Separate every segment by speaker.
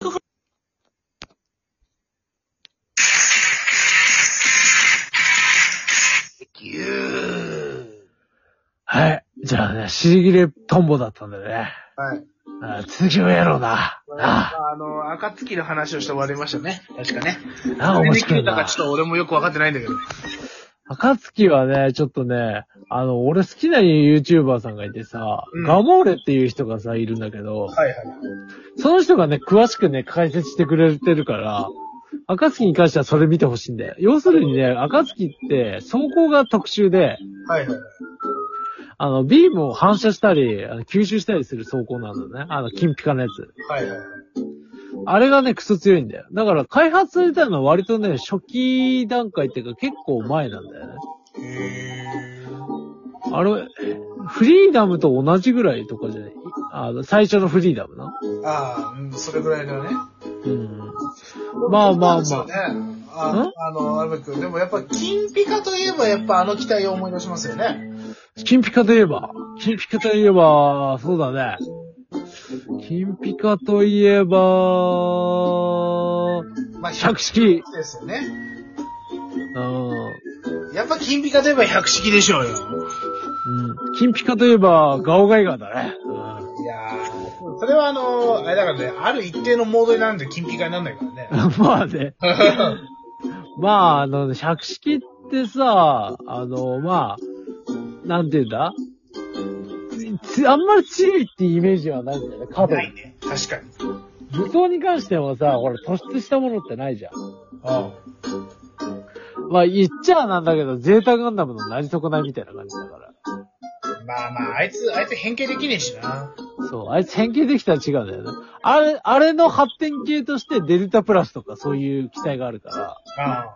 Speaker 1: 政府
Speaker 2: ぎゅ
Speaker 3: はい。じゃあね、尻切れトンボだったんだね。
Speaker 2: ー。はい。
Speaker 3: あ続きをやろうな。
Speaker 2: あ
Speaker 3: あ
Speaker 2: の、暁の話をして終わりましたね。確かね。
Speaker 3: あ、あ面白い
Speaker 2: だか
Speaker 3: な
Speaker 2: ち。ょっと俺もよくわかってないんだけど。
Speaker 3: 暁はね、ちょっとね、あの、俺好きな YouTuber さんがいてさ、
Speaker 2: うん
Speaker 3: ガモーレっていう人がさ、いるんだけど、
Speaker 2: はいはい。
Speaker 3: その人がね、詳しくね、解説してくれてるから、暁に関してはそれ見てほしいんだよ。要するにね、暁って、走行が特殊で、
Speaker 2: はいはい。
Speaker 3: あの、ビームを反射したり、あの吸収したりする走行なんだよね。あの、金ピカのやつ。
Speaker 2: はいはい。
Speaker 3: あれがね、クソ強いんだよ。だから開発されたのは割とね、初期段階っていうか結構前なんだよね。
Speaker 2: へ
Speaker 3: あれ、フリーダムと同じぐらいとかじゃないあの、最初のフリーダムな。
Speaker 2: ー。ああ、うん、それぐらいだね。
Speaker 3: うん。まあまあまあ
Speaker 2: そうね。ああの、アルバ君、でもやっぱ、金ピカといえばやっぱあの機体を思い出しますよね。
Speaker 3: 金ピカといえば、金ピカといえば、そうだね。金ピカといえば、
Speaker 2: まあ、
Speaker 3: 百式。
Speaker 2: ですよね。
Speaker 3: うん。
Speaker 2: やっぱ金ピカといえば百式でしょうよ。
Speaker 3: うん。金ピカといえば、ガオガイガーだね。
Speaker 2: いやー、それはあの、あれだからね、ある一定のモードになるんで金ピカになんないか らね
Speaker 3: う。ん。まあね。まあ、あの、百式ってさ、あの、まあ、なんて言うんだつあんまり強いってイメージはないんだよね、角。
Speaker 2: ないね。確かに。
Speaker 3: 武装に関してもさ、ほら、突出したものってないじゃん。
Speaker 2: あ
Speaker 3: まあ、言っちゃなんだけど、ゼータガンダムのなり損ないみたいな感じだから。
Speaker 2: あまあまあ、あいつ、あいつ変形できねえしな。
Speaker 3: そう、あいつ変形できたら違うんだよね。あれ、あれの発展系としてデルタプラスとかそういう機体があるから。
Speaker 2: あ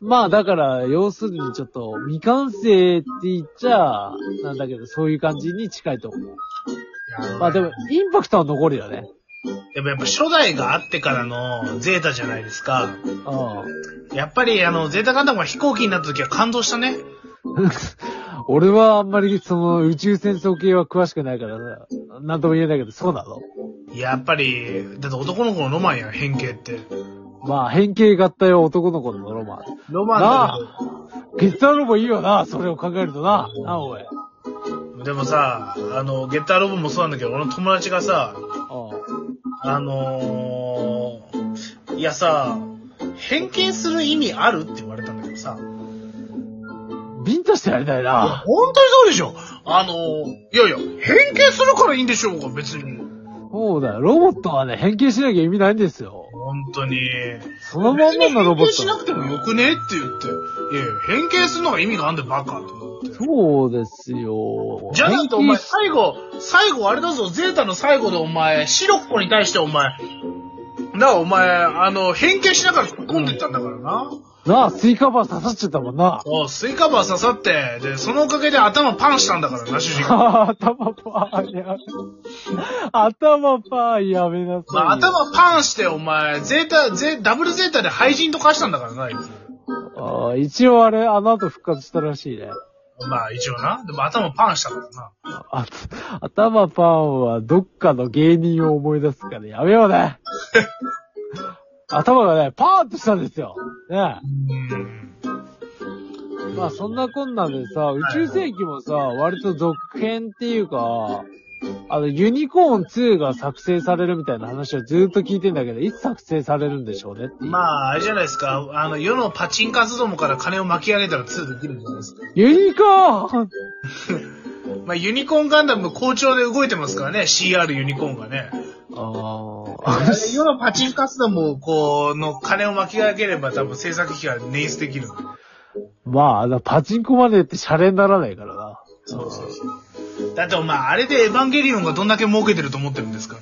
Speaker 3: まあだから、要するにちょっと、未完成って言っちゃ、なんだけど、そういう感じに近いと思う。
Speaker 2: あ
Speaker 3: まあでも、インパクトは残るよね。
Speaker 2: でもやっぱ初代があってからのゼータじゃないですか。
Speaker 3: う
Speaker 2: やっぱりあの、ゼータガンダムが飛行機になった時は感動したね。
Speaker 3: ん。 俺はあんまりその宇宙戦争系は詳しくないからさ、なんとも言えないけど、そうなの
Speaker 2: やっぱり、だって男の子のロマンやん、変形って。
Speaker 3: まあ、変形合体は男の子のロマン。
Speaker 2: ロマンだ
Speaker 3: ゲッターロボいいよな、それを考えるとな。なあ、おい。
Speaker 2: けどでもさ、あの、ゲッターロボもそうなんだけど、俺の友達がさ、
Speaker 3: う
Speaker 2: あのー、いやさ、変形する意味あるって言われたんだけどさ。
Speaker 3: ん。ビンタしてやりたい
Speaker 2: いや
Speaker 3: な。
Speaker 2: 本当にそうでしょあの、いやいや、変形するからいいんでしょうが、別に。
Speaker 3: そうだよ。ロボットはね、変形しなきゃ意味ないんですよ。
Speaker 2: 本当に。
Speaker 3: そのまんまのロボット。
Speaker 2: 変形しなくてもよくねって言って。いやいや、変形するのが意味があんだよ、バカ。と思って
Speaker 3: そうですよ。
Speaker 2: じゃないと、お前、
Speaker 3: 変形し
Speaker 2: 最後、最後、あれだぞ、ゼータの最後でお前、シロッコに対してお前、なあ、お前、あの、変形しながら突っ込んでいったんだからな。
Speaker 3: なあ、スイカバー刺さっちゃったもんな。
Speaker 2: そう、スイカバー刺さって、で、そのおかげで頭パンしたんだからな、主人公。
Speaker 3: 頭パーンやめ。頭パーンやめなさい。
Speaker 2: まあ、。頭パンして、お前、ゼータ、ゼ、ダブルゼータで廃人とかしたんだからな、あいつ
Speaker 3: ああ一応あれ、あの後復活したらしいね。
Speaker 2: まあ、一応な。でも頭パンしたからな。
Speaker 3: あ頭パーンはどっかの芸人を思い出すからやめよう ね。頭がね、パーンとしたんですよ。ね
Speaker 2: うん。
Speaker 3: えまあそんなこんなんでさ、宇宙世紀もさ、割と続編っていうか、あの、ユニコーン2が作成されるみたいな話をずっと聞いてんだけど、いつ作成されるんでしょうねっていう。
Speaker 2: まあ、あれじゃないですか。あの、世のパチンカスどもから金を巻き上げたら2できるんじゃないですか。
Speaker 3: ユニコーン
Speaker 2: まあ、ユニコーンガンダム好調で動いてますからね。CR ユニコーンがね。
Speaker 3: あ
Speaker 2: あ
Speaker 3: あ。
Speaker 2: れ世のパチンカスども、こう、の金を巻き上げれば多分制作費が捻出できる。
Speaker 3: まあ、あの、パチンコまでってシャレにならないからな。
Speaker 2: そうそうそう。だってお前、あれでエヴァンゲリオンがどんだけ儲けてると思ってるんですか。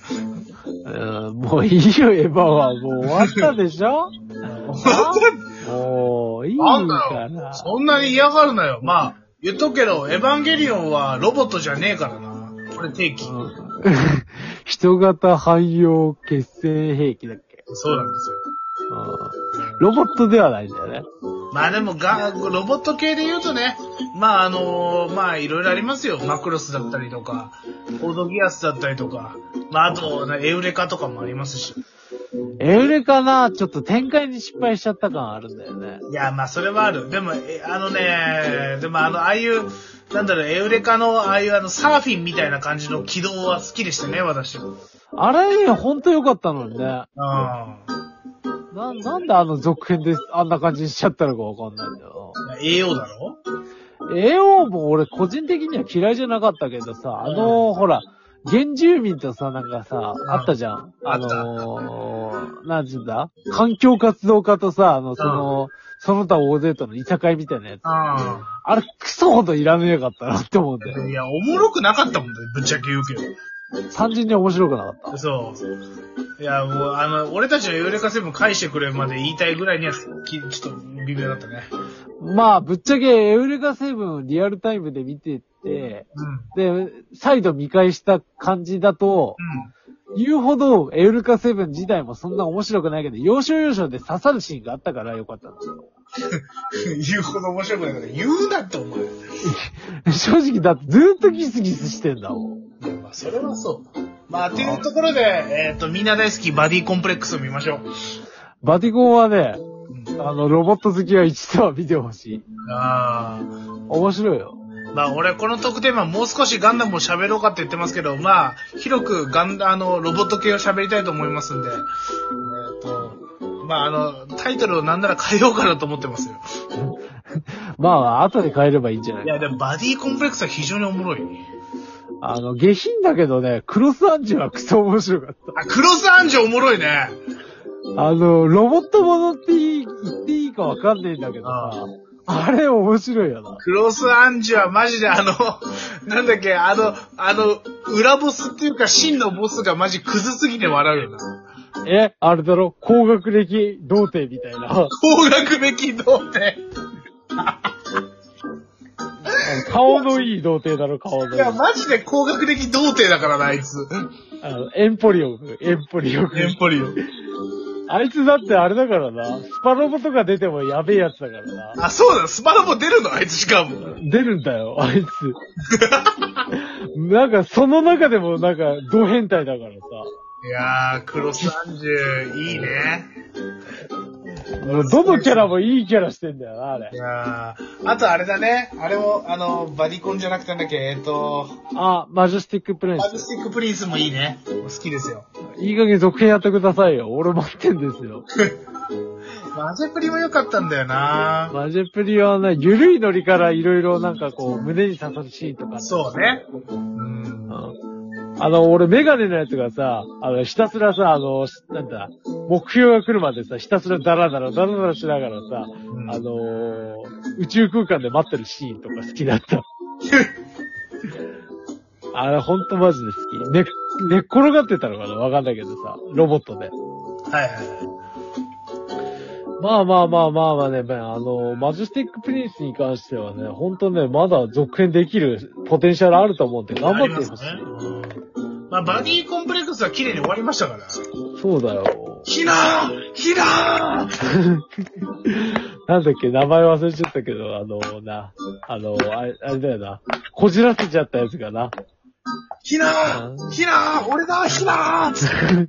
Speaker 3: うん、もういいよ、エヴァは。もう終わったでし ょもう、いいか
Speaker 2: なんだよ。
Speaker 3: ら。
Speaker 2: そんなに嫌がるなよ。まあ、言っとくけど、エヴァンゲリオンはロボットじゃねえからな。これ定期。
Speaker 3: うん 人型汎用決戦兵器だっけ
Speaker 2: そうなんですよ。
Speaker 3: ロボットではないんだよね。
Speaker 2: まあでもが、ロボット系で言うとね、まああのまあいろいろありますよ。マクロスだったりとか、コードギアスだったりとか、まああと、ね、エウレカとかもありますし。
Speaker 3: エウレカな、ちょっと展開に失敗しちゃった感あるんだよね。
Speaker 2: いや、まあそれはある。でも、えあのね、でもあの、ああいう、なんだろう、エウレカの、ああいうあの、サーフィンみたいな感じの軌道は好きでしたね、私。うん。
Speaker 3: あれ、ほんと良かったのにね。な、
Speaker 2: あ
Speaker 3: なんであの続編であんな感じにしちゃったのかわかんないんだよ。
Speaker 2: AO だろ
Speaker 3: AO も俺個人的には嫌いじゃなかったけどさ、あのほら、原住民とさ、なんかさ、あったじゃん。
Speaker 2: あ
Speaker 3: あ
Speaker 2: った
Speaker 3: のー、なんつうんだ環境活動家とさ、あの、その、その他大勢とのいさかいみたいなやつ。
Speaker 2: あ
Speaker 3: あれ、クソほどいらねえかったなって思うんだよ。
Speaker 2: あ。いや、おもろくなかったもんね、ぶっちゃけ言うけど。
Speaker 3: 単純に面白くなかった。
Speaker 2: そう。いや、もう、あの、俺たちのエウレカセブン返してくれまで言いたいぐらいには、きちょっと微妙だったね。
Speaker 3: まあ、ぶっちゃけ、エウレカセブンをリアルタイムで見てて、
Speaker 2: うん。
Speaker 3: で、再度見返した感じだと、言うほど、エウレカセブン自体もそんな面白くないけど、要所要所で刺さるシーンがあったからよかったんですよ。
Speaker 2: うん。 言うほど面白くないから言うなって、お前。い
Speaker 3: 正直、だってずっとギスギスしてんだもん。
Speaker 2: や、まあ、それはそう。まあ、っていうところで、えっ、と、みんな大好きバディコンプレックスを見ましょう。
Speaker 3: バティコンはね、
Speaker 2: うん
Speaker 3: あの、ロボット好きは一度は見てほしい。
Speaker 2: ああ。
Speaker 3: 面白いよ。
Speaker 2: まあ俺この特典はもう少しガンダムを喋ろうかって言ってますけど、まあ、広くガンダ、あの、ロボット系を喋りたいと思いますんで、えっ、と、まああの、タイトルをなんなら変えようかなと思ってますよ。
Speaker 3: まあ、後で変えればいいんじゃない
Speaker 2: いや、でもバディコンプレックスは非常におもろい。
Speaker 3: あの、下品だけどね、クロスアンジュはクソ面白かった。
Speaker 2: あ、クロスアンジュおもろいね。
Speaker 3: あの、ロボットものっていい言っていいかわかんないんだけど
Speaker 2: あ
Speaker 3: さ、あれ面白いよな。
Speaker 2: クロスアンジュはマジであの、なんだっけ、あの、あの、裏ボスっていうか真のボスがマジクズすぎて笑うよな。
Speaker 3: え、あれだろ高学歴童貞みたいな。
Speaker 2: 高学べき童貞。
Speaker 3: 顔のいい童貞だろ、顔のい
Speaker 2: い
Speaker 3: い。
Speaker 2: や、マジで高学歴童貞だからな、あいつ。
Speaker 3: あのエンポリオン、エンポリオン。
Speaker 2: エンポリオン。
Speaker 3: あいつだってあれだからな、スパロボとか出てもやべえやつだからな。
Speaker 2: あ、そうだ、スパロボ出るのあいつしかも。
Speaker 3: 出るんだよ、あいつ。なんか、その中でもなんか、同変態だから
Speaker 2: いやー、クロス30、いいね。
Speaker 3: さ。もうどのキャラもいいキャラしてんだよな、あれ
Speaker 2: い。やー、あとあれだね。あれも、あの、バディコンじゃなくてなんだっけ、えっと、
Speaker 3: あ、マジェスティックプレイ
Speaker 2: マジスティックプリンスもいいね。好きですよ。
Speaker 3: いい加減続編やってくださいよ。俺待ってんですよ。
Speaker 2: マジェプリも良かったんだよな
Speaker 3: マジェプリはね、ゆるいノリからいろいろなんかこう、胸に刺さるシーンとか。
Speaker 2: そうね。うん。
Speaker 3: うん。あの、俺メガネのやつがさ、あの、ひたすらさ、あの、しなんだ、目標が来るまでさ、ひたすらダラダラ、ダラダラしながらさ、
Speaker 2: ん
Speaker 3: あのー宇宙空間で待ってるシーンとか好きだった。あれほんとマジで好き。寝、寝っ転がってたのかなわかんないけどさ、ロボットで。
Speaker 2: はいは
Speaker 3: まあまあまあまあまあね、まああの、マジェスティックプリンスに関してはね、ほんとね、まだ続編できるポテンシャルあると思うんで、
Speaker 2: い。
Speaker 3: 頑張って
Speaker 2: あり
Speaker 3: ほ
Speaker 2: ま
Speaker 3: し
Speaker 2: す
Speaker 3: い。
Speaker 2: ね。うんまあ、バディコンプレックスは綺麗に終わりましたから。
Speaker 3: そうだよ。
Speaker 2: ひなーひなー
Speaker 3: なんだっけ、名前忘れちゃったけど、あの、な、あの、あれあれだよな。こじらせちゃったやつがな。
Speaker 2: ひなーひなー俺だひなー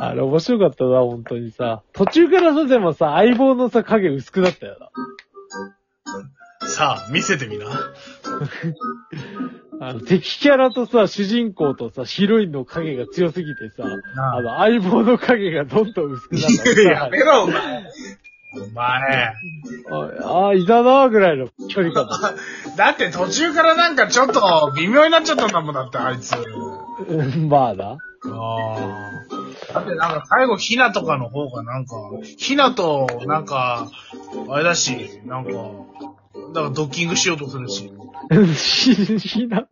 Speaker 3: あれ面白かったな、本当にさ。途中からさ、でもさ、相棒のさ、影薄くなったよな。
Speaker 2: さあ、見せてみな。
Speaker 3: あの、敵キャラとさ、主人公とさ、ヒロインの影が強すぎてさ、
Speaker 2: あ
Speaker 3: あの、相棒の影がどんどん薄くなった
Speaker 2: いややめろ、お前。お前。
Speaker 3: ああ、いたな、ぐらいの距離感だった。
Speaker 2: だって途中からなんかちょっと微妙になっちゃったんだもんだって、あいつ。あ
Speaker 3: うん まあな。
Speaker 2: あ。だってなんか最後、ヒナとかの方がなんか、ヒナとなんか、あれだし、なんか、だからドッキングしようとするし。
Speaker 3: ひな。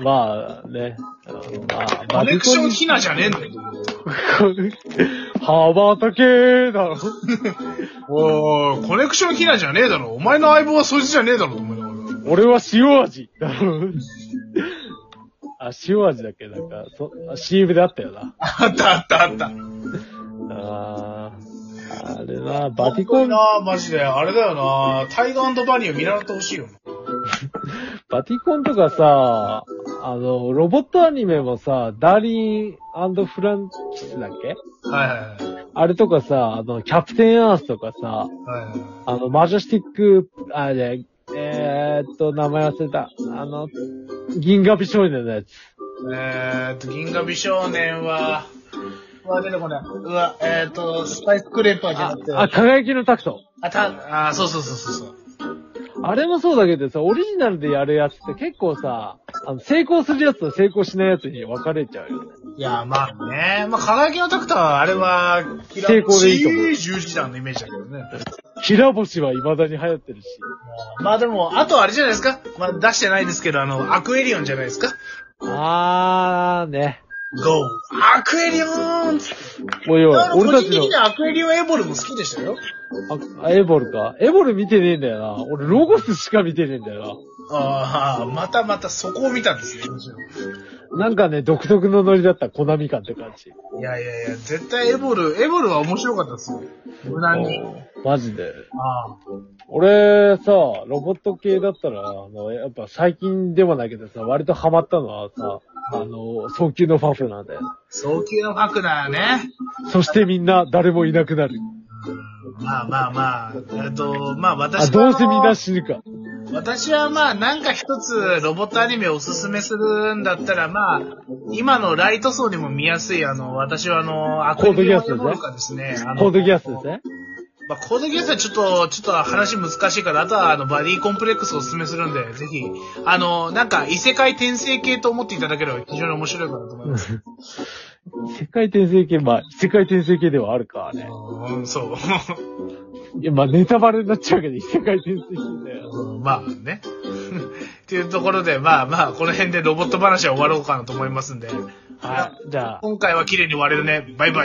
Speaker 3: まあね。うんまあ、
Speaker 2: コネクションヒナじゃねえんだよ。
Speaker 3: 羽ばたけだろ。
Speaker 2: おー、コネクションヒナじゃねえだろ。お前の相棒はそいつじゃねえだろ、と思いながら。
Speaker 3: 俺は塩味 だろ。あ、塩味だっけなんか、そ、あ CM であったよな。
Speaker 2: あったあったあった。
Speaker 3: あー
Speaker 1: なバティコン、
Speaker 2: なマジで。あれだよなタイガーバニーを見習ってほしいよ。
Speaker 3: バティコンとかさ、あの、ロボットアニメもさ、ダーリンフランキスだっけ
Speaker 2: はいはいはい。
Speaker 3: あれとかさ、あの、キャプテンアースとかさ、
Speaker 2: はいはい
Speaker 3: あの、マジェスティック、あれ、えー、っと、名前忘れた。あの、銀河美少年のやつ。
Speaker 2: えーっと、銀河美少年は、うわ、出てこない。うわ、えーっと、スパイスクレーパーじゃ
Speaker 3: あ
Speaker 2: なくて、、
Speaker 3: あ輝きのタクト。
Speaker 2: あ、た、あ、そうそうそうそうそう。
Speaker 3: あれもそうだけどさ、オリジナルでやるやつって結構さ、あの、成功するやつと成功しないやつに分かれちゃうよね。
Speaker 2: いや、まあね、まあ、輝きのタクターは、あれは、
Speaker 3: 成功でいいと思う
Speaker 2: い十字団のイメージだけどね。
Speaker 3: キラ星は未だに流行ってるし。
Speaker 2: まあでも、あとあれじゃないですかまあ出してないですけど、あの、アクエリオンじゃないですか
Speaker 3: あーね。
Speaker 2: ?GO! アクエリオン
Speaker 3: もう要
Speaker 2: あ
Speaker 3: は、
Speaker 2: の個
Speaker 3: 俺たち
Speaker 2: 人的
Speaker 3: の
Speaker 2: に、はアクエリオンエボルも好きでしたよ。
Speaker 3: あ、エボルか。エボル見てねえんだよな。俺、ロゴスしか見てねえんだよ
Speaker 2: ああ、またまたそこを見たんですね。むしろ
Speaker 3: な。なんかね、独特のノリだった、コナミ感って感じ。
Speaker 2: いやいやいや、絶対エボル、エボルは面白かったですよ。無難に。
Speaker 3: マジで。
Speaker 2: ああ。
Speaker 3: 俺、さ、ロボット系だったら、あの、やっぱ最近でもないけどさ、割とハマったのはさ、あの、早急のファフなんだよ。
Speaker 2: 早急のファクナーね。
Speaker 3: そしてみんな、誰もいなくなる。
Speaker 2: まあまあまあ、えっと、まあ
Speaker 3: あ、
Speaker 2: 私は
Speaker 3: どうせみんな死ぬか。
Speaker 2: 私はまあなんか一つロボットアニメをおすすめするんだったらまあ、今のライト層にも見やすいあの、私はあの、ア
Speaker 3: コードギアスですね
Speaker 2: のとかですね。あの
Speaker 3: コードギアスですね。
Speaker 2: まあコードギアスはちょっと、ちょっと話難しいから、あとはあの、バディコンプレックスをおすすめするんで、ぜひ、あの、なんか異世界転生系と思っていただければ非常に面白いかなと思います。
Speaker 3: 世界転生系、まあ、世界転生系ではあるからね。
Speaker 2: うん、そう。
Speaker 3: いや、まあ、ネタバレになっちゃうけど、異世界転生系だよ。
Speaker 2: うん まあね。 っていうところで、まあまあ、この辺でロボット話は終わろうかなと思いますんで、
Speaker 3: はい。じゃあ。
Speaker 2: 今回は綺麗に終われるね。バイバイ。